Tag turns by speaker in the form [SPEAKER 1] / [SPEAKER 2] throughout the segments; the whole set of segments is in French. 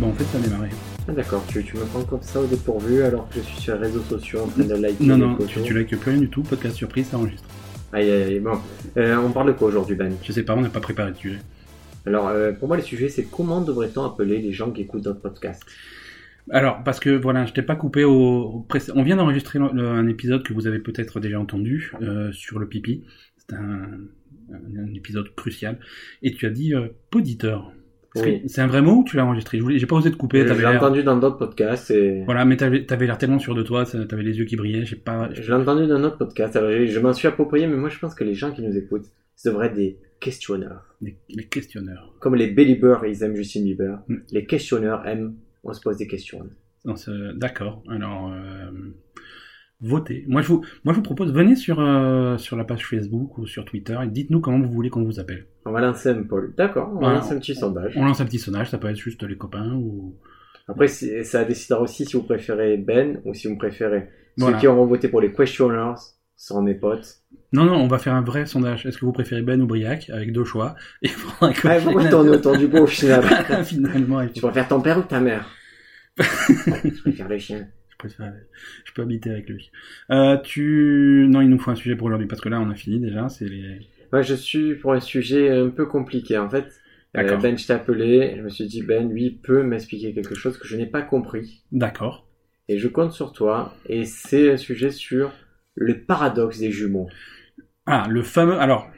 [SPEAKER 1] Bah, en fait ça a démarré.
[SPEAKER 2] Ah, d'accord, tu, tu me prends comme ça au dépourvu alors que je suis sur les réseaux sociaux en train de liker
[SPEAKER 1] Non,
[SPEAKER 2] les
[SPEAKER 1] non, tu,
[SPEAKER 2] photos.
[SPEAKER 1] tu likes plus rien du tout, podcast surprise, ça enregistre.
[SPEAKER 2] Aïe, aïe, aïe. Bon, Euh, on parle de quoi aujourd'hui, Ben
[SPEAKER 1] Je sais pas, on n'a pas préparé de sujet.
[SPEAKER 2] Alors, euh, pour moi, le sujet, c'est comment devrait-on appeler les gens qui écoutent notre podcast
[SPEAKER 1] Alors, parce que voilà, je t'ai pas coupé au. au pré- On vient d'enregistrer le- le- un épisode que vous avez peut-être déjà entendu euh, sur le pipi. C'est un, un- un épisode crucial. Et tu as dit euh, poditeur. Est-ce
[SPEAKER 2] Oui.
[SPEAKER 1] que C'est un vrai mot ou tu l'as enregistré Je voulais- J'ai pas osé te couper.
[SPEAKER 2] Euh, Je
[SPEAKER 1] t'avais
[SPEAKER 2] l'ai
[SPEAKER 1] l'air-
[SPEAKER 2] entendu dans d'autres podcasts et...
[SPEAKER 1] Voilà, mais t'avais avais, l'air tellement sûr de toi, ça- t'avais les yeux qui brillaient, j'ai pas.
[SPEAKER 2] Je l'ai entendu dans d'autres podcasts, alors je, je m'en suis approprié, mais moi, je pense que les gens qui nous écoutent, ce devraient être des questionneurs.
[SPEAKER 1] Les, les questionneurs.
[SPEAKER 2] Comme les Beliebers, ils aiment Justin Bieber.
[SPEAKER 1] Mm.
[SPEAKER 2] Les questionneurs aiment, on se pose des questions.
[SPEAKER 1] Dans ce- D'accord. Alors, euh, votez. Moi je, vous, moi, je vous propose, venez sur, euh, sur la page Facebook ou sur Twitter et dites-nous comment vous voulez qu'on vous appelle.
[SPEAKER 2] On va lancer un poll. D'accord, on va
[SPEAKER 1] Voilà.
[SPEAKER 2] lancer un petit sondage.
[SPEAKER 1] On lance un petit sondage, ça peut être juste les copains ou.
[SPEAKER 2] Après, c'est- ça décidera aussi si vous préférez Ben ou si vous préférez
[SPEAKER 1] Voilà.
[SPEAKER 2] ceux qui auront voté pour les questioners seront mes potes.
[SPEAKER 1] Non, non, on va faire un vrai sondage. Est-ce que vous préférez Ben ou Briac avec deux choix Et il faudra que-
[SPEAKER 2] Ah, pourquoi t'en es autour du pot au final
[SPEAKER 1] Finalement, il faut-
[SPEAKER 2] Tu préfères ton père ou ta mère Je préfère le chien.
[SPEAKER 1] je préfère. Je peux habiter avec lui. Euh, tu. Non, il nous faut un sujet pour aujourd'hui parce que là, on a fini déjà. C'est les.
[SPEAKER 2] Moi, je suis pour un sujet un peu compliqué. En fait, Euh,
[SPEAKER 1] D'accord.
[SPEAKER 2] Ben, je t'ai appelé. Je me suis dit, Ben, lui, peut m'expliquer quelque chose que je n'ai pas compris.
[SPEAKER 1] D'accord.
[SPEAKER 2] Et je compte sur toi. Et c'est un sujet sur le paradoxe des jumeaux.
[SPEAKER 1] Ah, le fameux. Alors,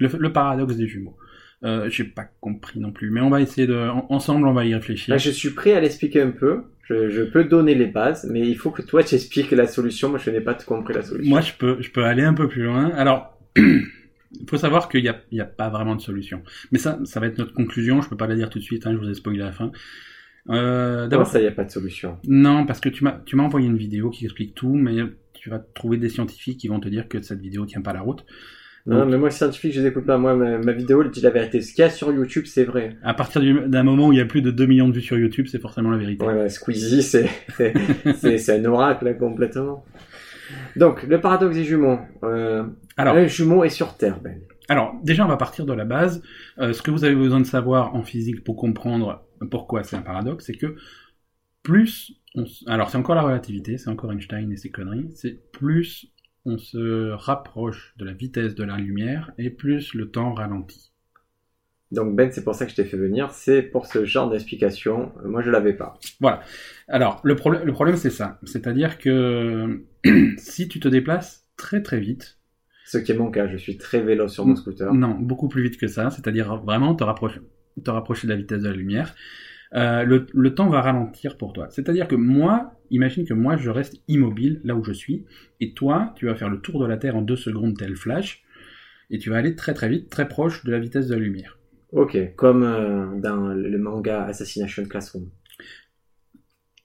[SPEAKER 1] le, le paradoxe des jumeaux. Euh, J'ai pas compris non plus, mais on va essayer de. en- ensemble, on va y réfléchir.
[SPEAKER 2] Là, je suis prêt à l'expliquer un peu. Je, je peux donner les bases, mais il faut que toi, tu expliques la solution. Moi, je n'ai pas compris la solution.
[SPEAKER 1] Moi, je peux, je peux aller un peu plus loin. Alors, il faut savoir qu'il n'y a, il y a pas vraiment de solution. Mais ça, ça va être notre conclusion. Je peux pas la dire tout de suite. hein, je vous ai spoilé la fin. Euh,
[SPEAKER 2] Comment
[SPEAKER 1] D'abord,
[SPEAKER 2] ça, il n'y a pas de solution
[SPEAKER 1] non, parce que tu m'as, tu m'as envoyé une vidéo qui explique tout, mais tu vas trouver des scientifiques qui vont te dire que cette vidéo tient pas la route.
[SPEAKER 2] Non,
[SPEAKER 1] Donc-
[SPEAKER 2] mais moi, scientifique, je les écoute pas. Moi, ma, ma vidéo, elle dit la vérité. Ce qu'il y a sur YouTube, c'est vrai.
[SPEAKER 1] À partir du- d'un moment où il y a plus de 2 millions de vues sur YouTube, c'est forcément la vérité.
[SPEAKER 2] Ouais, bah, Squeezie, c'est, c'est, c'est- c'est un oracle, hein, complètement. Donc, le paradoxe des jumeaux. Euh,
[SPEAKER 1] Alors.
[SPEAKER 2] un jumeau est sur Terre, Ben.
[SPEAKER 1] Alors, déjà, on va partir de la base. Euh, ce que vous avez besoin de savoir en physique pour comprendre pourquoi c'est un paradoxe, c'est que plus on se... Alors, c'est encore la relativité, c'est encore Einstein et ses conneries. C'est plus on se rapproche de la vitesse de la lumière et plus le temps ralentit.
[SPEAKER 2] Donc, Ben, c'est pour ça que je t'ai fait venir. C'est pour ce genre d'explication. Moi, je l'avais pas.
[SPEAKER 1] Alors, le, problème- le problème, c'est ça. C'est-à-dire que si tu te déplaces très très vite,
[SPEAKER 2] Ce qui est mon cas, je suis très vélo sur mon scooter.
[SPEAKER 1] Non, beaucoup plus vite que ça, c'est-à-dire vraiment te rapprocher, te rapprocher de la vitesse de la lumière. Euh, le, le temps va ralentir pour toi. C'est-à-dire que moi, imagine que moi, je reste immobile là où je suis, et toi, tu vas faire le tour de la Terre en deux secondes tel flash, et tu vas aller très très vite, très proche de la vitesse de la lumière.
[SPEAKER 2] Ok, comme euh, dans le manga Assassination Classroom.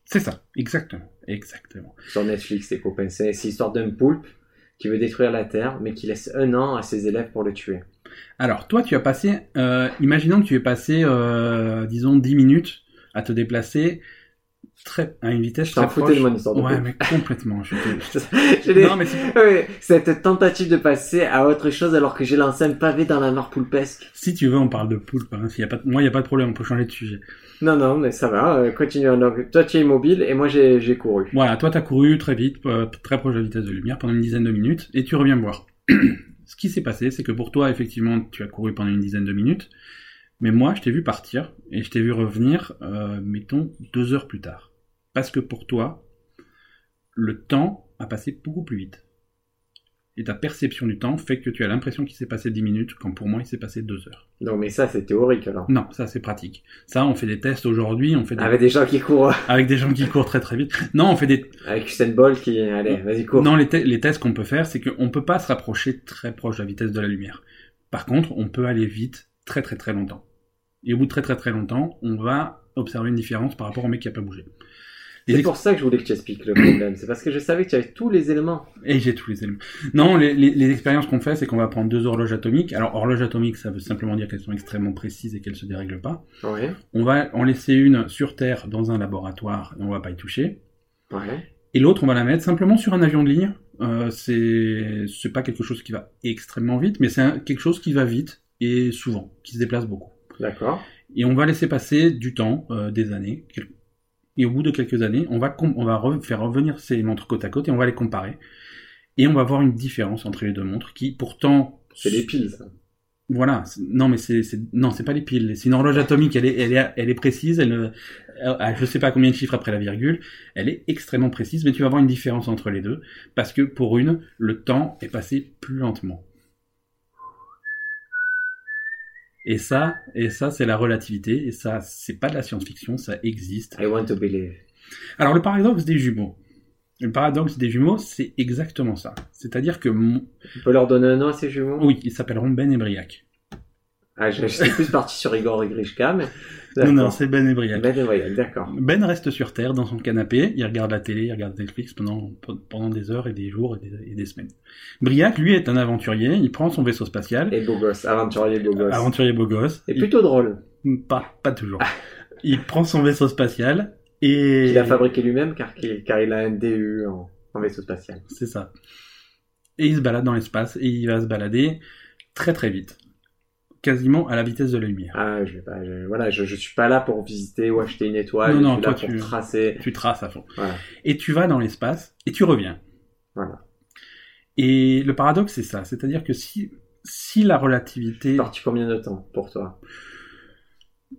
[SPEAKER 1] C'est ça, exactement, exactement.
[SPEAKER 2] sur Netflix, les copains. C'est c'est l'histoire d'un poulpe qui veut détruire la Terre, mais qui laisse un an à ses élèves pour le tuer.
[SPEAKER 1] Alors, toi, tu as passé, euh, imaginons que tu aies passé, euh, disons, 10 minutes à te déplacer très, à une vitesse
[SPEAKER 2] Je
[SPEAKER 1] très
[SPEAKER 2] t'en
[SPEAKER 1] proche.
[SPEAKER 2] foutais de mon histoire de
[SPEAKER 1] Ouais,
[SPEAKER 2] poulpe.
[SPEAKER 1] mais complètement. je te-
[SPEAKER 2] Je l'ai-
[SPEAKER 1] Non, mais si-
[SPEAKER 2] Ouais, Cette tentative de passer à autre chose alors que j'ai lancé un pavé dans la mare poulpesque.
[SPEAKER 1] Si tu veux, on parle de poulpe. Hein. S'il y a pas de- Moi, il n'y a pas de problème, on peut changer de sujet.
[SPEAKER 2] Non, non, mais ça va, euh, continuons. Donc, toi, tu es immobile et moi, j'ai j'ai couru.
[SPEAKER 1] Voilà, toi, tu as couru très vite, euh, très proche de la vitesse de lumière, pendant une dizaine de minutes, et tu reviens me voir. Ce qui s'est passé, c'est que pour toi, effectivement, tu as couru pendant une dizaine de minutes, mais moi, je t'ai vu partir, et je t'ai vu revenir, euh, mettons, deux heures plus tard. Parce que pour toi, le temps a passé beaucoup plus vite. Et ta perception du temps fait que tu as l'impression qu'il s'est passé dix minutes, quand pour moi, il s'est passé deux heures.
[SPEAKER 2] Non, mais ça, c'est théorique alors.
[SPEAKER 1] Non, ça, c'est pratique. Ça, on fait des tests aujourd'hui, on fait des
[SPEAKER 2] Avec des gens qui courent,
[SPEAKER 1] avec des gens qui courent très très vite. Non, on fait des.
[SPEAKER 2] avec Usain Bolt qui. Allez, vas-y, cours.
[SPEAKER 1] Non, les, te- les tests qu'on peut faire, c'est qu'on peut pas se rapprocher très proche de la vitesse de la lumière. Par contre, on peut aller vite très très très longtemps. Et au bout de très très très longtemps, on va observer une différence par rapport au mec qui a pas bougé. Les
[SPEAKER 2] C'est
[SPEAKER 1] ex-
[SPEAKER 2] pour ça que je voulais que tu expliques le problème. C'est parce que je savais que tu avais tous les éléments.
[SPEAKER 1] Et j'ai tous les éléments. Non, les, les- les expériences qu'on fait, c'est qu'on va prendre deux horloges atomiques. Alors, horloges atomiques, ça veut simplement dire qu'elles sont extrêmement précises et qu'elles se dérèglent pas.
[SPEAKER 2] Ouais,
[SPEAKER 1] On va en laisser une sur Terre dans un laboratoire et on va pas y toucher.
[SPEAKER 2] ouais.
[SPEAKER 1] Et l'autre, on va la mettre simplement sur un avion de ligne. Euh, c'est c'est pas quelque chose qui va extrêmement vite, mais c'est un- quelque chose qui va vite et souvent, qui se déplace beaucoup.
[SPEAKER 2] D'accord.
[SPEAKER 1] Et on va laisser passer du temps, euh, des années. quel- Et au bout de quelques années, on va, com- on va re- faire revenir ces montres côte à côte et on va les comparer. Et on va voir une différence entre les deux montres qui, pourtant,
[SPEAKER 2] C'est des piles, ça.
[SPEAKER 1] voilà. c'est- Non, mais c'est, c'est- non, c'est pas les piles. C'est une horloge atomique. Elle est, elle est, elle est précise. Elle, ne- elle- elle- je sais pas combien de chiffres après la virgule. Elle est extrêmement précise, mais tu vas voir une différence entre les deux parce que pour une, le temps est passé plus lentement. Et ça, et ça, c'est la relativité. Et ça, c'est pas de la science-fiction. Ça existe.
[SPEAKER 2] I want to believe.
[SPEAKER 1] Alors, le paradoxe des jumeaux. Le paradoxe des jumeaux, c'est exactement ça. C'est-à-dire que, mon-
[SPEAKER 2] On peut leur donner un nom à ces jumeaux
[SPEAKER 1] oui, ils s'appelleront Ben et Briac.
[SPEAKER 2] Ah, je, je suis plus parti sur Igor et Grishka, mais.
[SPEAKER 1] Non, non,
[SPEAKER 2] D'accord.
[SPEAKER 1] c'est Ben et Briac.
[SPEAKER 2] Ben, ouais, d'accord.
[SPEAKER 1] Ben reste sur Terre dans son canapé, il regarde la télé, il regarde Netflix pendant, pendant des heures et des jours et des, et des semaines. Briac, lui, est un aventurier, il prend son vaisseau spatial,
[SPEAKER 2] Et beau gosse, aventurier beau gosse.
[SPEAKER 1] aventurier beau gosse,
[SPEAKER 2] Et
[SPEAKER 1] il-
[SPEAKER 2] plutôt drôle.
[SPEAKER 1] pas, pas toujours. il prend son vaisseau spatial et...
[SPEAKER 2] Il a fabriqué lui-même car, qu'il- car il a un DU en, en vaisseau spatial.
[SPEAKER 1] C'est ça. Et il se balade dans l'espace et il va se balader très très vite. Quasiment à la vitesse de la lumière.
[SPEAKER 2] Ah, je vais pas, je- voilà, je, je suis pas là pour visiter ou acheter une étoile.
[SPEAKER 1] Non,
[SPEAKER 2] je
[SPEAKER 1] non,
[SPEAKER 2] suis
[SPEAKER 1] toi,
[SPEAKER 2] là pour
[SPEAKER 1] tu-
[SPEAKER 2] tracer.
[SPEAKER 1] Tu traces à fond.
[SPEAKER 2] Voilà.
[SPEAKER 1] Et tu vas dans l'espace et tu reviens.
[SPEAKER 2] Voilà.
[SPEAKER 1] Et le paradoxe, c'est ça. C'est-à-dire que si, si la relativité...
[SPEAKER 2] Parti combien de temps pour toi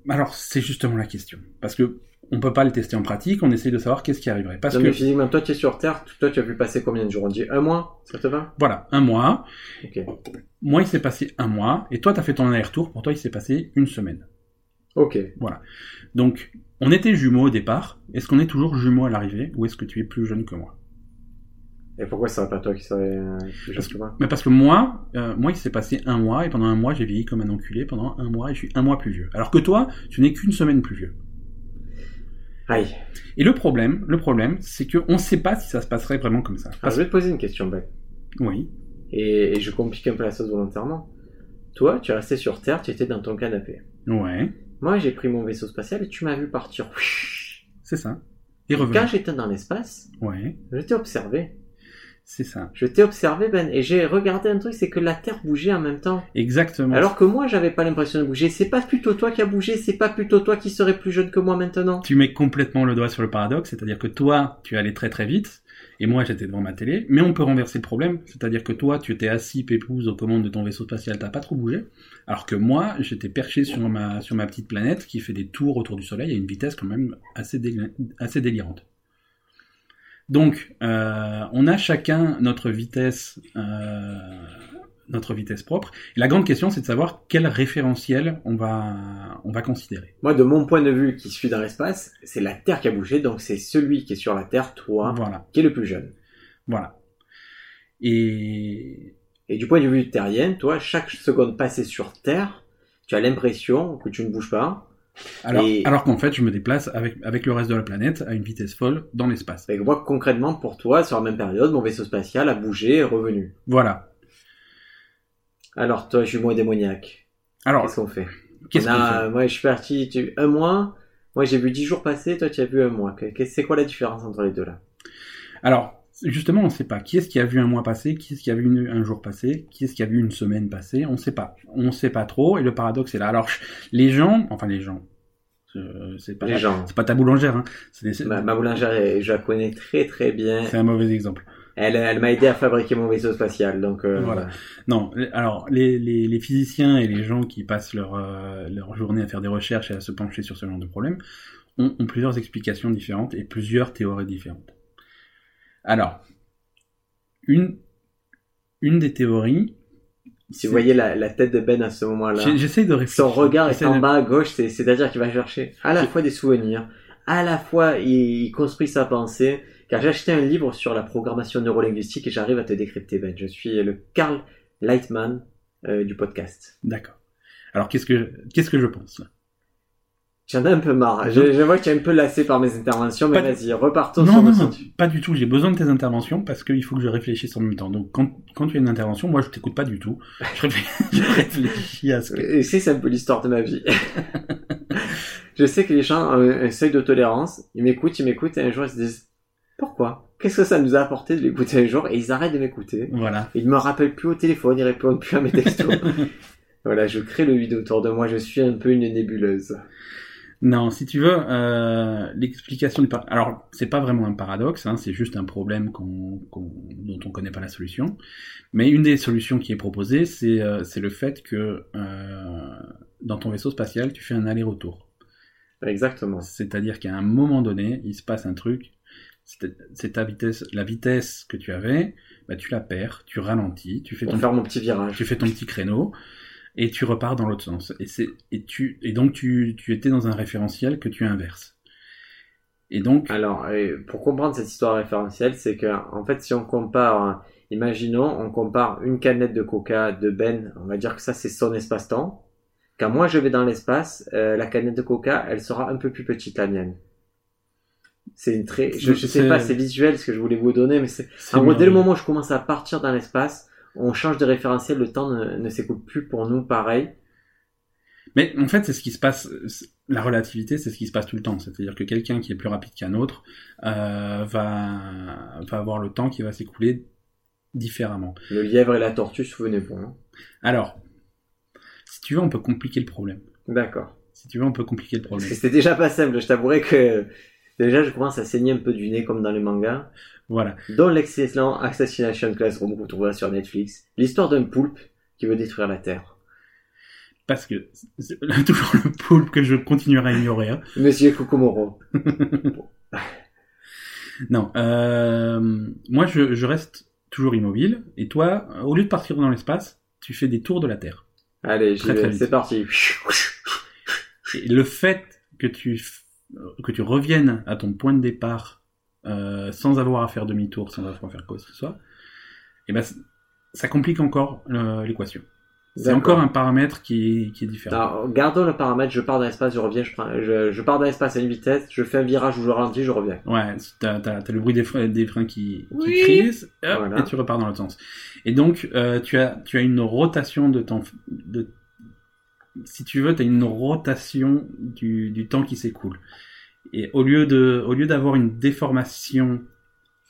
[SPEAKER 1] Alors, c'est justement la question. Parce que on peut pas le tester en pratique, on essaye de savoir qu'est-ce qui arriverait. Parce
[SPEAKER 2] Non,
[SPEAKER 1] que,
[SPEAKER 2] mais physiquement, toi, tu es sur Terre. Toi, tu as vu passer combien de jours On dit un mois Ça te va
[SPEAKER 1] voilà, un mois,
[SPEAKER 2] Ok.
[SPEAKER 1] moi, il s'est passé un mois, et toi, t'as fait ton aller-retour, pour toi, il s'est passé une semaine.
[SPEAKER 2] Ok.
[SPEAKER 1] Donc, on était jumeaux au départ, est-ce qu'on est toujours jumeaux à l'arrivée, ou est-ce que tu es plus jeune que moi
[SPEAKER 2] Et pourquoi ce serait pas toi qui serais euh, plus jeune que moi
[SPEAKER 1] Mais parce que moi, euh, moi, il s'est passé un mois, et pendant un mois, j'ai vieilli comme un enculé, pendant un mois, et je suis un mois plus vieux. Alors que toi, tu n'es qu'une semaine plus vieux.
[SPEAKER 2] Aïe.
[SPEAKER 1] Et le problème, le problème, c'est qu'on ne sait pas si ça se passerait vraiment comme ça.
[SPEAKER 2] Alors,
[SPEAKER 1] Parce-
[SPEAKER 2] Ah, je vais te poser une question, Ben.
[SPEAKER 1] Oui,
[SPEAKER 2] Et, et je complique un peu la chose volontairement. Toi, tu es resté sur Terre, tu étais dans ton canapé.
[SPEAKER 1] ouais,
[SPEAKER 2] Moi, j'ai pris mon vaisseau spatial et tu m'as vu partir.
[SPEAKER 1] c'est ça. Et
[SPEAKER 2] Quand
[SPEAKER 1] revenir.
[SPEAKER 2] j'étais dans l'espace,
[SPEAKER 1] Ouais.
[SPEAKER 2] je t'ai observé.
[SPEAKER 1] C'est ça,
[SPEAKER 2] Je t'ai observé, Ben, et j'ai regardé un truc, c'est que la Terre bougeait en même temps.
[SPEAKER 1] exactement.
[SPEAKER 2] Alors que moi, j'avais pas l'impression de bouger. C'est pas plutôt toi qui as bougé, c'est pas plutôt toi qui serais plus jeune que moi maintenant.
[SPEAKER 1] tu mets complètement le doigt sur le paradoxe, c'est-à-dire que toi, tu allais très très vite, et moi j'étais devant ma télé, mais on peut renverser le problème, c'est-à-dire que toi, tu étais assis pépouze aux commandes de ton vaisseau spatial, t'as pas trop bougé, alors que moi, j'étais perché sur ma, sur ma petite planète qui fait des tours autour du Soleil à une vitesse quand même assez, déli- assez délirante. Donc, euh, on a chacun notre vitesse, euh, notre vitesse propre. Et la grande question, c'est de savoir quel référentiel on va, on va considérer.
[SPEAKER 2] Moi, de mon point de vue, qui suis dans l'espace, c'est la Terre qui a bougé, donc c'est celui qui est sur la Terre, toi,
[SPEAKER 1] Voilà.
[SPEAKER 2] qui est le plus jeune.
[SPEAKER 1] Voilà. Et
[SPEAKER 2] Et du point de vue terrien, toi, chaque seconde passée sur Terre, tu as l'impression que tu ne bouges pas.
[SPEAKER 1] alors,
[SPEAKER 2] Et-
[SPEAKER 1] alors qu'en fait, je me déplace avec, avec le reste de la planète à une vitesse folle dans l'espace.
[SPEAKER 2] Et que moi, concrètement, pour toi, sur la même période, mon vaisseau spatial a bougé et revenu.
[SPEAKER 1] Voilà.
[SPEAKER 2] Alors, toi, jumeau démoniaque,
[SPEAKER 1] Alors,
[SPEAKER 2] qu'est-ce qu'on fait
[SPEAKER 1] qu'est-ce
[SPEAKER 2] On a-
[SPEAKER 1] qu'on fait
[SPEAKER 2] Moi, je suis parti tu- un mois. Moi, j'ai vu dix jours passer. Toi, tu as vu un mois. Que- que- C'est quoi la différence entre les deux là
[SPEAKER 1] Alors, justement, on ne sait pas. Qui est-ce qui a vu un mois passer Qui est-ce qui a vu une- un jour passer Qui est-ce qui a vu une semaine passer On ne sait pas. On ne sait pas trop. Et le paradoxe est là. Alors, je- les gens, enfin les gens, euh, c'est pas
[SPEAKER 2] Les gens.
[SPEAKER 1] c'est pas ta boulangère. Hein. C'est des-
[SPEAKER 2] Ma, ma boulangère, elle- je la connais très très bien.
[SPEAKER 1] c'est un mauvais exemple.
[SPEAKER 2] Elle, elle m'a aidé à fabriquer mon vaisseau spatial. Donc euh,
[SPEAKER 1] Voilà. Non, les- alors les, les, les physiciens et les gens qui passent leur, euh, leur journée à faire des recherches et à se pencher sur ce genre de problème ont, ont plusieurs explications différentes et plusieurs théories différentes. Alors, une, une des théories,
[SPEAKER 2] Si vous voyez la, la tête de Ben à ce moment-là,
[SPEAKER 1] j'ai- j'essaie de réfléchir.
[SPEAKER 2] son regard est
[SPEAKER 1] J'essaie
[SPEAKER 2] en
[SPEAKER 1] de-
[SPEAKER 2] bas à gauche. c'est- C'est-à-dire qu'il va chercher à la fois des souvenirs, à la fois il, il construit sa pensée. Car j'ai acheté un livre sur la programmation neurolinguistique et j'arrive à te décrypter Ben. Je suis le Carl Lightman euh, du podcast.
[SPEAKER 1] D'accord. Alors qu'est-ce que je- qu'est-ce que je pense là
[SPEAKER 2] J'en ai un peu marre. Je, je vois que tu es un peu lassé par mes interventions, mais
[SPEAKER 1] Pas de-
[SPEAKER 2] vas-y, repartons
[SPEAKER 1] Non,
[SPEAKER 2] sur
[SPEAKER 1] non,
[SPEAKER 2] le
[SPEAKER 1] non,
[SPEAKER 2] sens.
[SPEAKER 1] pas du tout. J'ai besoin de tes interventions parce qu'il faut que je réfléchisse en même temps. Donc quand, quand tu as une intervention, moi je t'écoute pas du tout. Je réfléchis, je réfléchis à ce que.
[SPEAKER 2] Et si c'est un peu l'histoire de ma vie. je sais que les gens ont un, un seuil de tolérance. Ils m'écoutent, ils m'écoutent, et un jour ils se disent Pourquoi Qu'est-ce que ça nous a apporté de l'écouter un jour Et ils arrêtent de m'écouter.
[SPEAKER 1] Voilà.
[SPEAKER 2] Ils ne me rappellent plus au téléphone, ils répondent plus à mes textos. Voilà, je crée le vide autour de moi, je suis un peu une nébuleuse.
[SPEAKER 1] Non, si tu veux, euh, l'explication du par- alors c'est pas vraiment un paradoxe, hein, c'est juste un problème qu'on, qu'on- dont on connaît pas la solution. Mais une des solutions qui est proposée, c'est euh, c'est le fait que euh, dans ton vaisseau spatial, tu fais un aller-retour.
[SPEAKER 2] Exactement.
[SPEAKER 1] C'est-à-dire qu'à un moment donné, il se passe un truc. C'est c'est ta vitesse, la vitesse que tu avais, bah, tu la perds, tu ralentis, tu fais
[SPEAKER 2] Pour
[SPEAKER 1] ton
[SPEAKER 2] faire mon petit virage.
[SPEAKER 1] tu fais ton petit créneau et tu repars dans l'autre sens. Et, c'est, et, tu, et donc tu, tu étais dans un référentiel que tu inverses. Et donc,
[SPEAKER 2] Alors, euh, pour comprendre cette histoire référentielle, c'est que, en fait, si on compare, hein, imaginons, on compare une canette de coca de Ben, on va dire que ça, c'est son espace-temps. Quand moi, je vais dans l'espace, euh, la canette de coca, elle sera un peu plus petite, la mienne. C'est une très, je, je sais
[SPEAKER 1] C'est-
[SPEAKER 2] pas, c'est visuel ce que je voulais vous donner, mais c'est,
[SPEAKER 1] c'est
[SPEAKER 2] en gros, dès le
[SPEAKER 1] merveilleux.
[SPEAKER 2] moment où je commence à partir dans l'espace, on change de référentiel, le temps ne, ne s'écoule plus pour nous, pareil.
[SPEAKER 1] Mais en fait, c'est ce qui se passe. c'est- La relativité, c'est ce qui se passe tout le temps. C'est-à-dire que quelqu'un qui est plus rapide qu'un autre euh, va, va avoir le temps qui va s'écouler différemment.
[SPEAKER 2] Le lièvre et la tortue, souvenez-vous. hein.
[SPEAKER 1] Alors, si tu veux, on peut compliquer le problème.
[SPEAKER 2] D'accord.
[SPEAKER 1] Si tu veux, on peut compliquer le
[SPEAKER 2] Parce
[SPEAKER 1] problème.
[SPEAKER 2] que c'était déjà pas simple, je t'avouerai que déjà je commence à saigner un peu du nez comme dans les mangas.
[SPEAKER 1] Voilà.
[SPEAKER 2] Dans l'excellent Assassination Classroom que vous trouverez sur Netflix, l'histoire d'un poulpe qui veut détruire la Terre.
[SPEAKER 1] Parce que c'est- toujours le poulpe que je continuerai à ignorer. hein.
[SPEAKER 2] Monsieur Kokomoro.
[SPEAKER 1] Non, euh, moi je, je reste toujours immobile, et toi, euh, au lieu de partir dans l'espace, tu fais des tours de la Terre.
[SPEAKER 2] Allez, j'y
[SPEAKER 1] Très,
[SPEAKER 2] vais,
[SPEAKER 1] très vite.
[SPEAKER 2] c'est parti.
[SPEAKER 1] Et le fait que tu, f- euh, que tu reviennes à ton point de départ euh, sans avoir à faire demi-tour, sans avoir à faire quoi que ce soit, eh ben, c- ça complique encore euh, l'équation. C'est
[SPEAKER 2] D'accord.
[SPEAKER 1] encore un paramètre qui, qui est différent.
[SPEAKER 2] Alors, gardons le paramètre, je pars dans l'espace, je reviens, je, prends, je, je pars dans l'espace à une vitesse, je fais un virage où je ralentis, je reviens.
[SPEAKER 1] Ouais, t'as, t'as- t'as le bruit des, fre- des freins qui, qui
[SPEAKER 2] Oui.
[SPEAKER 1] crissent, hop,
[SPEAKER 2] Voilà.
[SPEAKER 1] et tu repars dans l'autre sens. Et donc, euh, tu, as, tu as une rotation de temps. De, si tu veux, tu as une rotation du, du temps qui s'écoule. Et au lieu, de, au lieu d'avoir une déformation,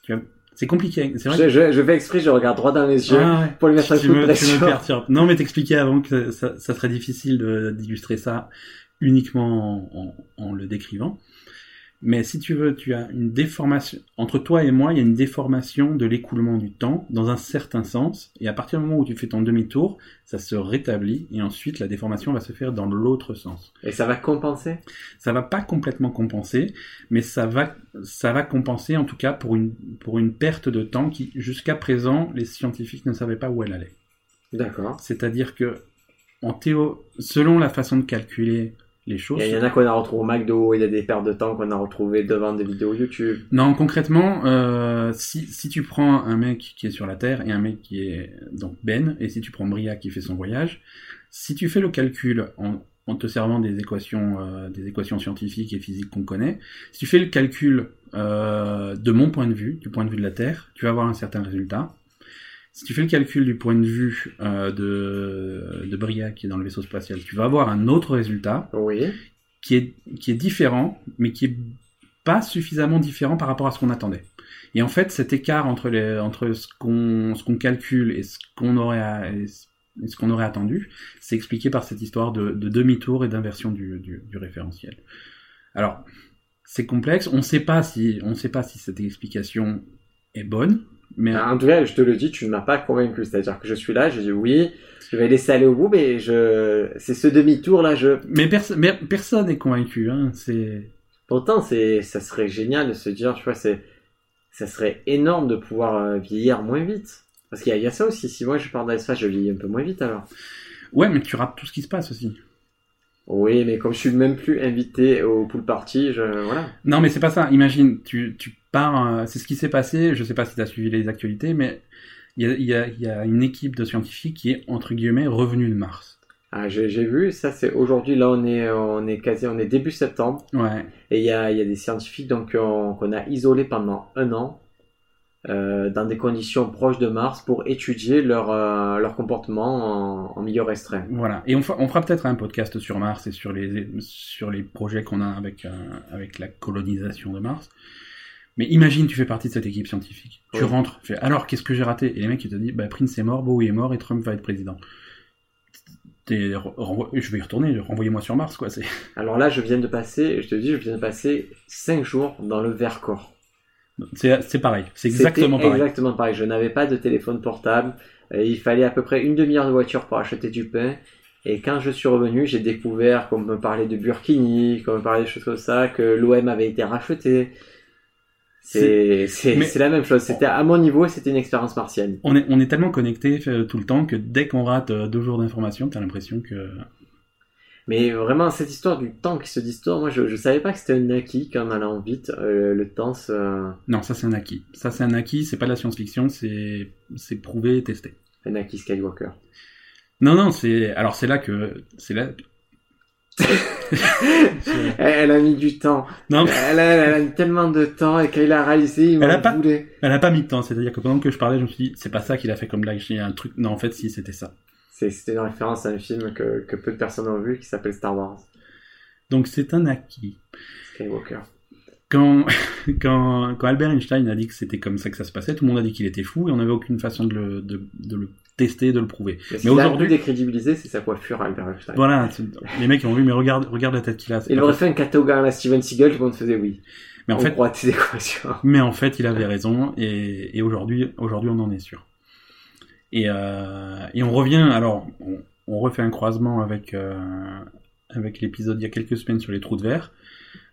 [SPEAKER 1] tu vois, c'est compliqué. C'est vrai
[SPEAKER 2] Je, je, je fais exprès, je regarde droit dans les
[SPEAKER 1] que-
[SPEAKER 2] yeux
[SPEAKER 1] Ah ouais.
[SPEAKER 2] pour lui mettre
[SPEAKER 1] Tu,
[SPEAKER 2] un
[SPEAKER 1] tu
[SPEAKER 2] coup de
[SPEAKER 1] me, tu me
[SPEAKER 2] pression.
[SPEAKER 1] perturbes. Non, mais t'expliquais avant que ça, ça serait difficile de- d'illustrer ça uniquement en, en- en le décrivant. Mais si tu veux, tu as une déformation. Entre toi et moi, il y a une déformation de l'écoulement du temps dans un certain sens. Et à partir du moment où tu fais ton demi-tour, ça se rétablit. Et ensuite, la déformation va se faire dans l'autre sens.
[SPEAKER 2] Et ça va compenser
[SPEAKER 1] Ça va pas complètement compenser, mais ça va, ça va compenser en tout cas pour une, pour une perte de temps qui, jusqu'à présent, les scientifiques ne savaient pas où elle allait.
[SPEAKER 2] D'accord.
[SPEAKER 1] C'est-à-dire que, en théo, selon la façon de calculer les choses.
[SPEAKER 2] Il y en a qu'on a retrouvé au McDo, il y a des pertes de temps qu'on a retrouvées devant des vidéos YouTube.
[SPEAKER 1] Non, concrètement, euh, si, si tu prends un mec qui est sur la Terre et un mec qui est donc Ben, et si tu prends Bria qui fait son voyage, si tu fais le calcul en, en te servant des équations, euh, des équations scientifiques et physiques qu'on connaît, si tu fais le calcul euh, de mon point de vue, du point de vue de la Terre, tu vas avoir un certain résultat. Si tu fais le calcul du point de vue euh, de, de Bria qui est dans le vaisseau spatial, tu vas avoir un autre résultat.
[SPEAKER 2] Oui.
[SPEAKER 1] qui est, qui est différent, mais qui est pas suffisamment différent par rapport à ce qu'on attendait. Et en fait, cet écart entre, les, entre ce qu'on ce qu'on calcule et ce qu'on aurait, à- et ce et ce qu'on aurait attendu, c'est expliqué par cette histoire de, de demi-tour et d'inversion du, du, du référentiel. Alors, c'est complexe. On ne sait pas si on sait pas si cette explication est bonne, mais
[SPEAKER 2] En tout cas, je te le dis, tu ne m'as pas convaincu. C'est-à-dire que je suis là, je dis oui, je vais laisser aller au bout, mais je, c'est ce demi-tour là, je,
[SPEAKER 1] mais, perso- mais personne n'est convaincu. Hein, c'est
[SPEAKER 2] pourtant, c'est, ça serait génial de se dire, tu vois, c'est, ça serait énorme de pouvoir euh, vieillir moins vite. Parce qu'il y a, il y a ça aussi. Si moi je pars dans l'espace, je vieillis un peu moins vite alors.
[SPEAKER 1] ouais, mais tu rates tout ce qui se passe aussi.
[SPEAKER 2] Oui, mais comme je suis même plus invité au pool party, je, voilà.
[SPEAKER 1] Non, mais c'est pas ça. Imagine, tu, tu pars. euh, c'est ce qui s'est passé. Je sais pas si tu as suivi les actualités, mais il y a, il y a- il y a une équipe de scientifiques qui est, entre guillemets, revenue de Mars.
[SPEAKER 2] Ah, j'ai, j'ai vu, ça c'est aujourd'hui, là on est, on est quasi, on est début septembre.
[SPEAKER 1] Ouais.
[SPEAKER 2] Et il y a, il y a des scientifiques donc qu'on qu'on a isolés pendant un an euh, dans des conditions proches de Mars pour étudier leur, euh, leur comportement en, en milieu restreint.
[SPEAKER 1] Voilà. Et on, fa- on fera peut-être un podcast sur Mars et sur les, sur les projets qu'on a avec, euh, avec la colonisation de Mars. Mais imagine, tu fais partie de cette équipe scientifique. Tu
[SPEAKER 2] Ouais.
[SPEAKER 1] rentres, tu fais alors qu'est-ce que j'ai raté Et les mecs, ils te disent bah, Prince est mort, Bowie est mort et Trump va être président. t'es re- renvo- je vais y retourner, renvoyez-moi sur Mars, quoi. C'est...
[SPEAKER 2] Alors là, je viens de passer, je te dis, je viens de passer 5 jours dans le Vercors.
[SPEAKER 1] C'est, c'est pareil, c'est exactement
[SPEAKER 2] C'était
[SPEAKER 1] pareil.
[SPEAKER 2] Exactement pareil. Je n'avais pas de téléphone portable. Euh, Il fallait à peu près une demi-heure de voiture pour acheter du pain. Et quand je suis revenu, j'ai découvert qu'on me parlait de Burkini, qu'on me parlait de choses comme ça, que l'OM avait été racheté. C'est c'est-
[SPEAKER 1] mais-
[SPEAKER 2] c'est la même chose. C'était à mon niveau, c'était une expérience martienne.
[SPEAKER 1] On, est, on est tellement connecté euh, tout le temps que dès qu'on rate euh, deux jours d'information, t'as l'impression que.
[SPEAKER 2] Mais vraiment, cette histoire du temps qui se distord, moi, je, je savais pas que c'était un acquis qu'en allant vite, euh, le temps se...
[SPEAKER 1] Non, ça c'est un acquis. Ça c'est un acquis, c'est pas de la science-fiction, c'est, c'est prouvé et testé.
[SPEAKER 2] un acquis Skywalker.
[SPEAKER 1] Non, non, c'est. Alors c'est là que. C'est là.
[SPEAKER 2] Elle, elle a mis du temps.
[SPEAKER 1] Non, mais
[SPEAKER 2] Elle a, elle a mis tellement de temps et qu'elle a réalisé, il
[SPEAKER 1] Elle a
[SPEAKER 2] m'en
[SPEAKER 1] pas-
[SPEAKER 2] voulait.
[SPEAKER 1] elle a pas mis de temps, c'est-à-dire que pendant que je parlais, je me suis dit, c'est pas ça qu'il a fait comme blague, il y a un truc. Non, en fait, si, c'était ça.
[SPEAKER 2] C'est- C'était une référence à un film que, que peu de personnes ont vu qui s'appelle Star Wars
[SPEAKER 1] Donc c'est un acquis.
[SPEAKER 2] Skywalker.
[SPEAKER 1] Quand, quand, quand Albert Einstein a dit que c'était comme ça que ça se passait, tout le monde a dit qu'il était fou et on n'avait aucune façon de le, de, de le tester, de le prouver.
[SPEAKER 2] Mais, mais aujourd'hui,
[SPEAKER 1] aujourd'hui-
[SPEAKER 2] décrédibilisé, c'est sa coiffure Albert Einstein.
[SPEAKER 1] Voilà, c'est- les mecs ils ont vu, mais regarde, regarde la tête qu'il a. c'est
[SPEAKER 2] Il
[SPEAKER 1] pas
[SPEAKER 2] aurait
[SPEAKER 1] possible.
[SPEAKER 2] fait un catogan à Steven Seagal, tout le monde faisait oui.
[SPEAKER 1] Mais en
[SPEAKER 2] on
[SPEAKER 1] fait,
[SPEAKER 2] croit à tes équations.
[SPEAKER 1] Mais en fait, il avait raison, et, et aujourd'hui, aujourd'hui, on en est sûr. Et, euh, et on revient, alors, on, on refait un croisement avec, euh, avec l'épisode il y a quelques semaines sur les trous de verre.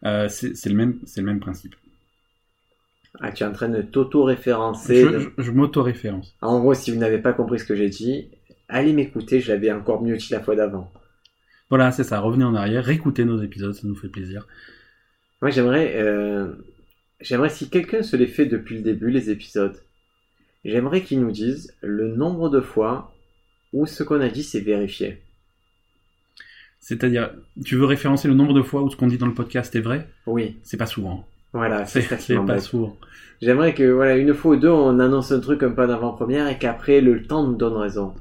[SPEAKER 1] Euh, c'est c'est le, même- c'est le même principe.
[SPEAKER 2] Ah, tu es en train de t'auto-référencer.
[SPEAKER 1] Je, je, je m'auto-référence.
[SPEAKER 2] En gros, si vous n'avez pas compris ce que j'ai dit, allez m'écouter, je l'avais encore mieux dit la fois d'avant.
[SPEAKER 1] Voilà, c'est ça, revenez en arrière, réécoutez nos épisodes, ça nous fait plaisir.
[SPEAKER 2] Moi, j'aimerais, euh, j'aimerais si quelqu'un se les fait depuis le début, les épisodes, j'aimerais qu'il nous dise le nombre de fois où ce qu'on a dit s'est vérifié.
[SPEAKER 1] C'est-à-dire, tu veux référencer le nombre de fois où ce qu'on dit dans le podcast est vrai
[SPEAKER 2] Oui,
[SPEAKER 1] C'est pas souvent.
[SPEAKER 2] voilà, c'est
[SPEAKER 1] C'est
[SPEAKER 2] ça qui
[SPEAKER 1] c'est pas
[SPEAKER 2] m'embête.
[SPEAKER 1] souvent.
[SPEAKER 2] J'aimerais que, voilà, une fois ou deux, on annonce un truc comme pas d'avant-première et qu'après, le temps nous donne raison.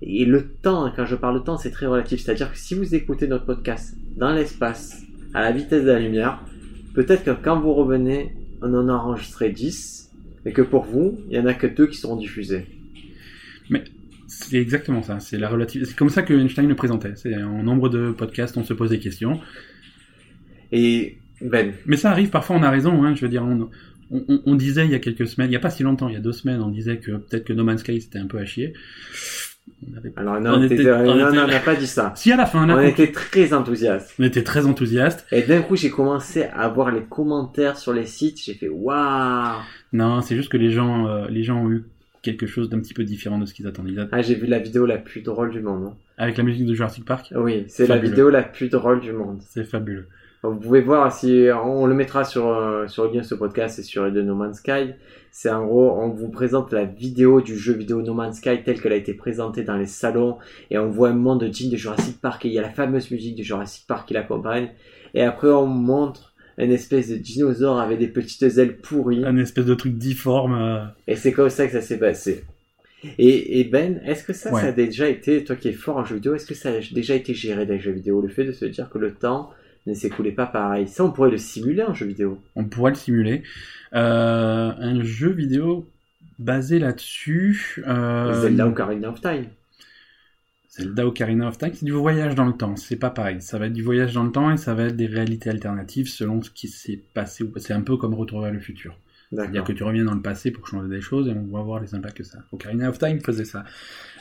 [SPEAKER 2] Et le temps, quand je parle de temps, c'est très relatif. C'est-à-dire que si vous écoutez notre podcast dans l'espace, à la vitesse de la lumière, peut-être que quand vous revenez, on en a enregistré 10 et que pour vous, il y en a que deux qui seront diffusés.
[SPEAKER 1] C'est exactement ça. C'est la relative. C'est comme ça que Einstein le présentait. C'est en nombre de podcasts, on se pose des questions.
[SPEAKER 2] Et Ben,
[SPEAKER 1] Mais ça arrive. Parfois, on a raison. Hein, je veux dire, on, on- on- on disait il y a quelques semaines, il n'y a pas si longtemps, il y a deux semaines, on disait que peut-être que No Man's Sky c'était un peu à chier. On avait-
[SPEAKER 2] alors non,
[SPEAKER 1] On
[SPEAKER 2] on
[SPEAKER 1] était-
[SPEAKER 2] était-
[SPEAKER 1] on
[SPEAKER 2] non,
[SPEAKER 1] était-
[SPEAKER 2] non, on n'a pas dit ça.
[SPEAKER 1] Si à la fin, on, a-
[SPEAKER 2] On était très enthousiastes.
[SPEAKER 1] on était très enthousiaste.
[SPEAKER 2] Et d'un coup, j'ai commencé à voir les commentaires sur les sites. J'ai fait waouh.
[SPEAKER 1] Non, c'est juste que les gens, euh, les gens ont eu quelque chose d'un petit peu différent de ce qu'ils attendaient. Ils att-
[SPEAKER 2] Ah, j'ai vu la vidéo la plus drôle du monde. hein.
[SPEAKER 1] Avec la musique de Jurassic Park,
[SPEAKER 2] Oui, c'est la
[SPEAKER 1] Fabuleux.
[SPEAKER 2] vidéo la plus drôle du monde.
[SPEAKER 1] c'est fabuleux.
[SPEAKER 2] Vous pouvez voir si on le mettra sur euh, sur le lien de ce podcast et sur de No Man's Sky. C'est en gros, on vous présente la vidéo du jeu vidéo No Man's Sky telle qu'elle a été présentée dans les salons et on voit un monde digne de Jurassic Park et il y a la fameuse musique de Jurassic Park qui l'accompagne. Et après, on montre une espèce de dinosaure avec des petites ailes pourries.
[SPEAKER 1] Un espèce de truc difforme. euh,
[SPEAKER 2] Et c'est comme ça que ça s'est passé. Et, et Ben, est-ce que ça,
[SPEAKER 1] Ouais.
[SPEAKER 2] ça a déjà été, toi qui es fort en jeux vidéo, est-ce que ça a déjà été géré dans les jeux vidéo Le fait de se dire que le temps ne s'écoulait pas pareil. Ça, on pourrait le simuler en jeu vidéo.
[SPEAKER 1] on pourrait le simuler. Euh, un jeu vidéo basé là-dessus. euh,
[SPEAKER 2] Zelda Ocarina of Time.
[SPEAKER 1] Zelda Ocarina of Time, c'est du voyage dans le temps, c'est pas pareil. Ça va être du voyage dans le temps et ça va être des réalités alternatives selon ce qui s'est passé. ou- C'est un peu comme Retour vers le futur. C'est-à-dire
[SPEAKER 2] D'accord.
[SPEAKER 1] que tu reviens dans le passé pour changer des choses et on va voir les impacts que ça. a. Ocarina of Time faisait ça.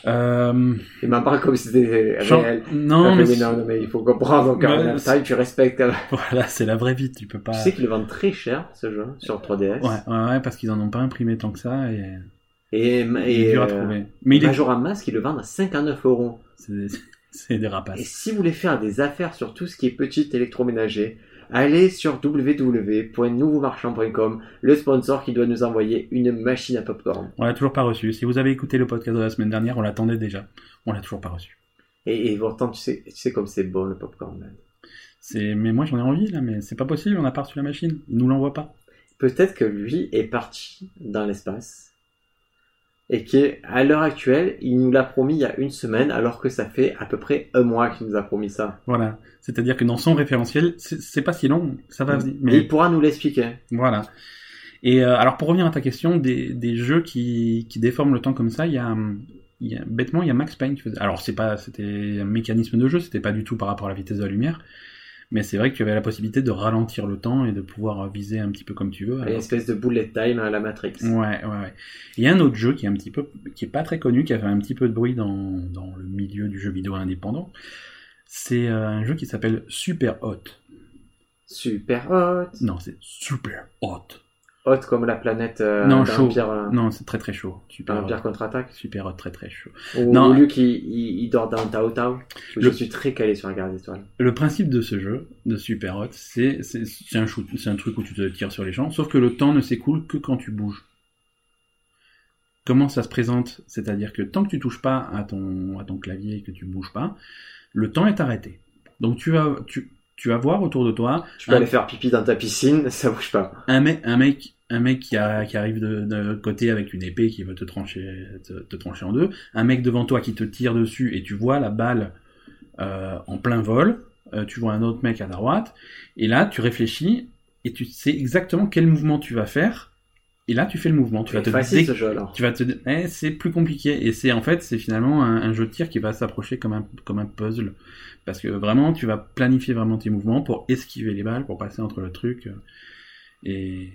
[SPEAKER 1] Euh,
[SPEAKER 2] Il m'en parle comme si c'était
[SPEAKER 1] chan-
[SPEAKER 2] réel.
[SPEAKER 1] Non, mais
[SPEAKER 2] mais non, non, mais il faut comprendre Ocarina
[SPEAKER 1] Ouais,
[SPEAKER 2] of
[SPEAKER 1] c'est-
[SPEAKER 2] Time, tu respectes. quand même.
[SPEAKER 1] voilà, c'est la vraie vie, tu peux pas.
[SPEAKER 2] Tu sais qu'ils le vendent très cher, ce jeu, sur 3DS.
[SPEAKER 1] Ouais, ouais, ouais, parce qu'ils en ont pas imprimé tant que ça et,
[SPEAKER 2] Et, et
[SPEAKER 1] il est dur à
[SPEAKER 2] euh,
[SPEAKER 1] trouver. Mais il est-
[SPEAKER 2] Majora's Mask, ils le vendent à 59 euros.
[SPEAKER 1] c'est c'est des
[SPEAKER 2] Et
[SPEAKER 1] rapaces.
[SPEAKER 2] si vous voulez faire des affaires sur tout ce qui est petit électroménager, allez sur www.nouveaumarchand.com, le sponsor qui doit nous envoyer une machine à popcorn.
[SPEAKER 1] On l'a toujours pas reçu. Si vous avez écouté le podcast de la semaine dernière, on l'attendait déjà. On l'a toujours pas reçu.
[SPEAKER 2] Et, et pourtant, tu sais, tu sais comme c'est bon le popcorn. man.
[SPEAKER 1] C'est, mais moi j'en ai envie là, mais c'est pas possible, on n'a pas reçu la machine. Ils nous l'envoient pas.
[SPEAKER 2] Peut-être que lui est parti dans l'espace et qu'à l'heure actuelle, il nous l'a promis il y a une semaine, alors que ça fait à peu près un mois qu'il nous a promis ça.
[SPEAKER 1] Voilà. C'est-à-dire que dans son référentiel, c'est c'est pas si long, ça va venir.
[SPEAKER 2] Et
[SPEAKER 1] Mais
[SPEAKER 2] il pourra nous l'expliquer.
[SPEAKER 1] voilà. Et euh, alors pour revenir à ta question, des, des jeux qui, qui déforment le temps comme ça, il y a, hum, il y a- bêtement, il y a Max Payne qui faisait. Alors, c'est pas, c'était un mécanisme de jeu, c'était pas du tout par rapport à la vitesse de la lumière, mais c'est vrai que tu avais la possibilité de ralentir le temps et de pouvoir viser un petit peu comme tu veux.
[SPEAKER 2] Une
[SPEAKER 1] alors-
[SPEAKER 2] espèce de bullet time à la Matrix.
[SPEAKER 1] Ouais, ouais, ouais. Il y a un autre jeu qui est un petit peu, qui est pas très connu, qui a fait un petit peu de bruit dans, dans le milieu du jeu vidéo indépendant. C'est euh, un jeu qui s'appelle Super Hot.
[SPEAKER 2] Super hot.
[SPEAKER 1] Non, c'est Super Hot.
[SPEAKER 2] Hot comme la planète euh,
[SPEAKER 1] Non,
[SPEAKER 2] d'un
[SPEAKER 1] chaud.
[SPEAKER 2] empire, euh,
[SPEAKER 1] Non, c'est très très chaud.
[SPEAKER 2] d'un
[SPEAKER 1] Super
[SPEAKER 2] empire
[SPEAKER 1] Hot.
[SPEAKER 2] contre-attaque.
[SPEAKER 1] Super Hot, très très chaud.
[SPEAKER 2] Ou
[SPEAKER 1] Non.
[SPEAKER 2] Luke, il, il- il dort dans Tao Tao. Je,
[SPEAKER 1] Le-
[SPEAKER 2] suis très calé sur la guerre des étoiles.
[SPEAKER 1] Le principe de ce jeu, de Super Hot, c'est c'est- c'est un, shoot- c'est un truc où tu te tires sur les gens, sauf que le temps ne s'écoule que quand tu bouges. Comment ça se présente C'est-à-dire que tant que tu touches pas à ton, à ton clavier et que tu bouges pas, le temps est arrêté. Donc tu vas, tu, tu vas voir autour de toi
[SPEAKER 2] Tu peux
[SPEAKER 1] Ah.
[SPEAKER 2] aller faire pipi dans ta piscine, ça bouge pas.
[SPEAKER 1] un mec, un mec, un mec qui, a- qui arrive de, de côté avec une épée qui veut te trancher, te, te trancher en deux, un mec devant toi qui te tire dessus et tu vois la balle euh, en plein vol, Euh, tu vois un autre mec à droite, et là tu réfléchis et tu sais exactement quel mouvement tu vas faire, et là tu fais le mouvement, tu vas te
[SPEAKER 2] C'est facile
[SPEAKER 1] dé-
[SPEAKER 2] ce jeu alors.
[SPEAKER 1] tu vas te eh, c'est plus compliqué et c'est en fait c'est finalement un, un jeu de tir qui va s'approcher comme un comme un puzzle parce que vraiment tu vas planifier vraiment tes mouvements pour esquiver les balles pour passer entre le truc euh, et,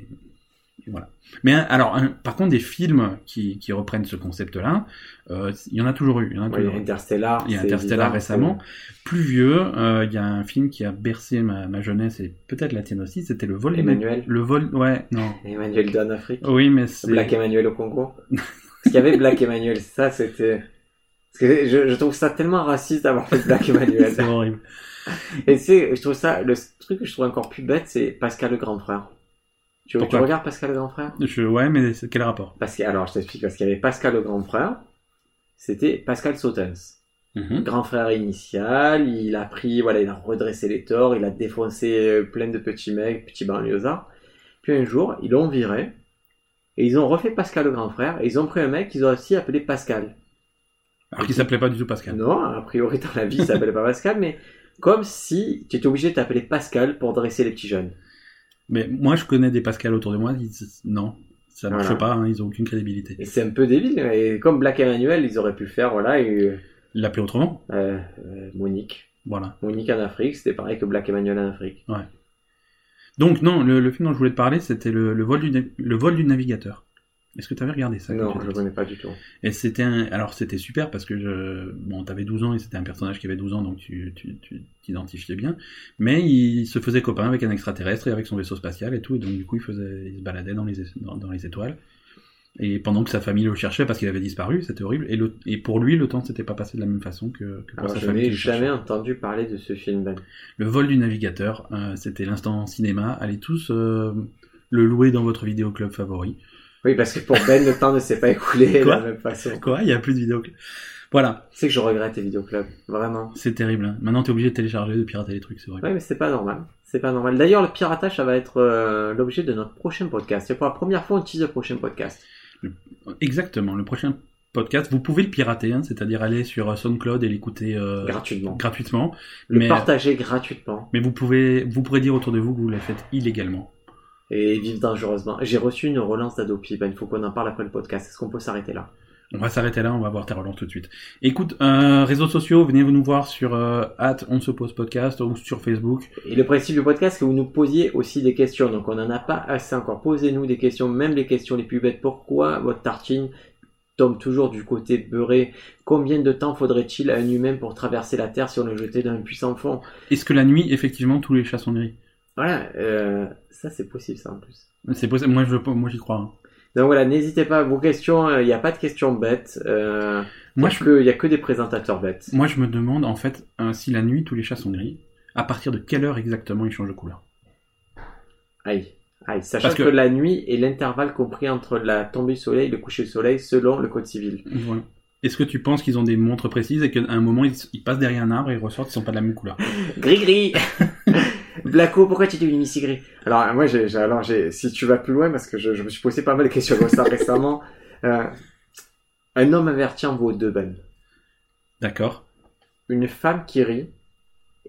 [SPEAKER 1] et voilà mais un- alors un- par contre des films qui, qui reprennent ce concept là il y en a toujours eu il y en a
[SPEAKER 2] Ouais,
[SPEAKER 1] toujours eu.
[SPEAKER 2] Interstellar.
[SPEAKER 1] Il y a
[SPEAKER 2] c'est
[SPEAKER 1] Interstellar
[SPEAKER 2] évident,
[SPEAKER 1] récemment. Plus vieux, euh, il y a un film qui a bercé ma, ma jeunesse et peut-être la tienne aussi, c'était le vol.
[SPEAKER 2] c'est Emmanuel.
[SPEAKER 1] Le vol, ouais, non.
[SPEAKER 2] Emmanuel d'en Afrique.
[SPEAKER 1] Oui, mais Oh, c'est.
[SPEAKER 2] Black Emmanuel au Congo. Parce qu'il y avait Black Emmanuel, ça c'était. Parce que je, je trouve ça tellement raciste d'avoir fait Black Emmanuel.
[SPEAKER 1] c'est horrible.
[SPEAKER 2] Et c'est, je trouve ça, le truc que je trouve encore plus bête, c'est Pascal le Grand Frère. Tu, tu
[SPEAKER 1] Pourquoi
[SPEAKER 2] regardes Pascal le Grand Frère
[SPEAKER 1] Je, ouais, mais c'est- quel rapport
[SPEAKER 2] Parce que, alors je t'explique, parce qu'il y avait Pascal le Grand Frère, c'était Pascal Sautens. Grand frère initial, il a pris, voilà, il a redressé les torts, il a défoncé euh, plein de petits mecs, petits banlieusards. Puis un jour, ils l'ont viré, et ils ont refait Pascal le grand frère, et ils ont pris un mec qu'ils ont aussi appelé Pascal.
[SPEAKER 1] Alors qu'il s'appelait pas du tout Pascal.
[SPEAKER 2] Non, a priori dans la vie, il s'appelle pas Pascal, mais comme si tu étais obligé de t'appeler Pascal pour dresser les petits jeunes.
[SPEAKER 1] Mais moi, je connais des Pascal autour de moi. Ils... Non, ça marche
[SPEAKER 2] Voilà.
[SPEAKER 1] pas. hein, ils ont aucune crédibilité.
[SPEAKER 2] Et c'est un peu débile, et comme Black Emmanuel, ils auraient pu faire, voilà, et,
[SPEAKER 1] L'appeler autrement,
[SPEAKER 2] euh, euh, Monique.
[SPEAKER 1] voilà.
[SPEAKER 2] Monique en Afrique, c'était pareil que Black Emmanuel en Afrique.
[SPEAKER 1] Donc non, le, le film dont je voulais te parler, c'était le, le vol du na- le vol du navigateur. Est-ce que tu avais regardé ça quand
[SPEAKER 2] Non,
[SPEAKER 1] tu
[SPEAKER 2] je
[SPEAKER 1] étais
[SPEAKER 2] connais pas du tout.
[SPEAKER 1] Et c'était un... alors c'était super parce que je... bon t'avais 12 ans et c'était un personnage qui avait 12 ans donc tu tu- tu t'identifiais bien mais il se faisait copain avec un extraterrestre et avec son vaisseau spatial et tout et donc du coup il faisait il se baladait dans les é- dans, dans les étoiles et pendant que sa famille le cherchait parce qu'il avait disparu c'était horrible et le et pour lui le temps s'était pas passé de la même façon que, que pour
[SPEAKER 2] Alors,
[SPEAKER 1] sa
[SPEAKER 2] Ah, je
[SPEAKER 1] famille qui
[SPEAKER 2] n'ai
[SPEAKER 1] le
[SPEAKER 2] jamais
[SPEAKER 1] cherchait.
[SPEAKER 2] entendu parler de ce film, Ben.
[SPEAKER 1] le vol du navigateur euh, c'était l'instant cinéma allez tous euh, le louer dans votre vidéoclub favori
[SPEAKER 2] Oui, parce que pour Ben, le temps ne s'est pas écoulé de
[SPEAKER 1] Quoi
[SPEAKER 2] la même façon.
[SPEAKER 1] quoi il y a plus de vidéoclub voilà
[SPEAKER 2] C'est que je regrette les vidéoclubs, vraiment.
[SPEAKER 1] C'est terrible. hein. Maintenant, t'es obligé de télécharger, de pirater les trucs, c'est vrai.
[SPEAKER 2] Ouais, mais c'est pas normal. C'est pas normal. D'ailleurs, le piratage, ça va être euh, l'objet de notre prochain podcast. C'est pour la première fois on utilise le prochain podcast.
[SPEAKER 1] Exactement. Le prochain podcast, vous pouvez le pirater, hein, c'est-à-dire aller sur SoundCloud et l'écouter euh,
[SPEAKER 2] gratuitement.
[SPEAKER 1] gratuitement.
[SPEAKER 2] Le
[SPEAKER 1] mais-
[SPEAKER 2] partager gratuitement
[SPEAKER 1] Mais vous pouvez, vous pourrez dire autour de vous que vous le faites illégalement.
[SPEAKER 2] et vivre dangereusement. J'ai reçu une relance d'Adopi, Ben. Il faut qu'on en parle après le podcast. Est-ce qu'on peut s'arrêter là
[SPEAKER 1] On va s'arrêter là, on va voir ta relance tout de suite. Écoute, euh, réseaux sociaux, venez nous voir sur euh, at on se pose podcast ou sur Facebook.
[SPEAKER 2] Et le principe du podcast, c'est que vous nous posiez aussi des questions. Donc, on n'en a pas assez encore. Posez-nous des questions, même les questions les plus bêtes. Pourquoi votre tartine tombe toujours du côté beurré Combien de temps faudrait-il à un humain pour traverser la Terre si on le jetait d'un puissant fond
[SPEAKER 1] Est-ce que la nuit, effectivement, tous les chats sont gris
[SPEAKER 2] Voilà, euh, ça c'est possible, ça en plus.
[SPEAKER 1] C'est possible. Moi, je, moi, j'y crois. hein.
[SPEAKER 2] Donc voilà, n'hésitez pas, vos questions, il n'y a pas de questions bêtes. Euh,
[SPEAKER 1] Moi,
[SPEAKER 2] parce
[SPEAKER 1] je,
[SPEAKER 2] que- il n'y a que des présentateurs bêtes.
[SPEAKER 1] moi, je me demande en fait euh, si la nuit, tous les chats sont gris. À partir de quelle heure exactement ils changent de couleur
[SPEAKER 2] Aïe. Aïe. Sachant
[SPEAKER 1] Parce
[SPEAKER 2] que...
[SPEAKER 1] que-
[SPEAKER 2] la nuit est l'intervalle compris entre la tombée du soleil et le coucher du soleil selon le code civil.
[SPEAKER 1] Voilà. Est-ce que tu penses qu'ils ont des montres précises et qu'à un moment ils, ils passent derrière un arbre et ils ressortent, ils sont pas de la même couleur
[SPEAKER 2] Gris gris Blaco, pourquoi tu t'es mis si gris Alors moi, j'ai, j'ai- alors j'ai, si tu vas plus loin, parce que je, je me suis posé pas mal de questions comme ça récemment. euh, un homme averti en vaut deux bonnes.
[SPEAKER 1] D'accord.
[SPEAKER 2] Une femme qui rit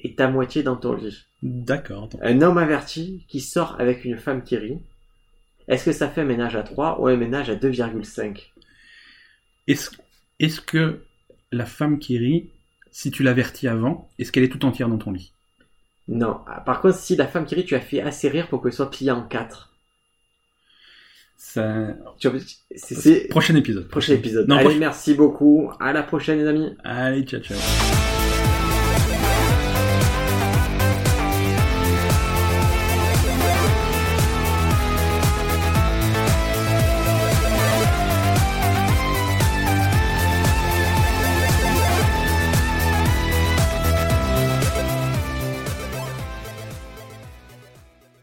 [SPEAKER 2] est à moitié dans ton lit.
[SPEAKER 1] D'accord. attends.
[SPEAKER 2] Un homme averti qui sort avec une femme qui rit. Est-ce que ça fait un ménage à 3 ou un ménage à 2,5
[SPEAKER 1] Est-ce est-ce que la femme qui rit, si tu l'avertis avant, est-ce qu'elle est tout entière dans ton lit
[SPEAKER 2] Non. Ah, Par contre, si la femme qui rit, tu as fait assez rire pour qu'elle soit pliée en quatre.
[SPEAKER 1] Ça...
[SPEAKER 2] Tu vois, c'est- c'est
[SPEAKER 1] Prochain épisode.
[SPEAKER 2] prochain épisode.
[SPEAKER 1] Non,
[SPEAKER 2] Allez,
[SPEAKER 1] prochain-
[SPEAKER 2] merci beaucoup. À la prochaine, les amis.
[SPEAKER 1] Allez, ciao, ciao.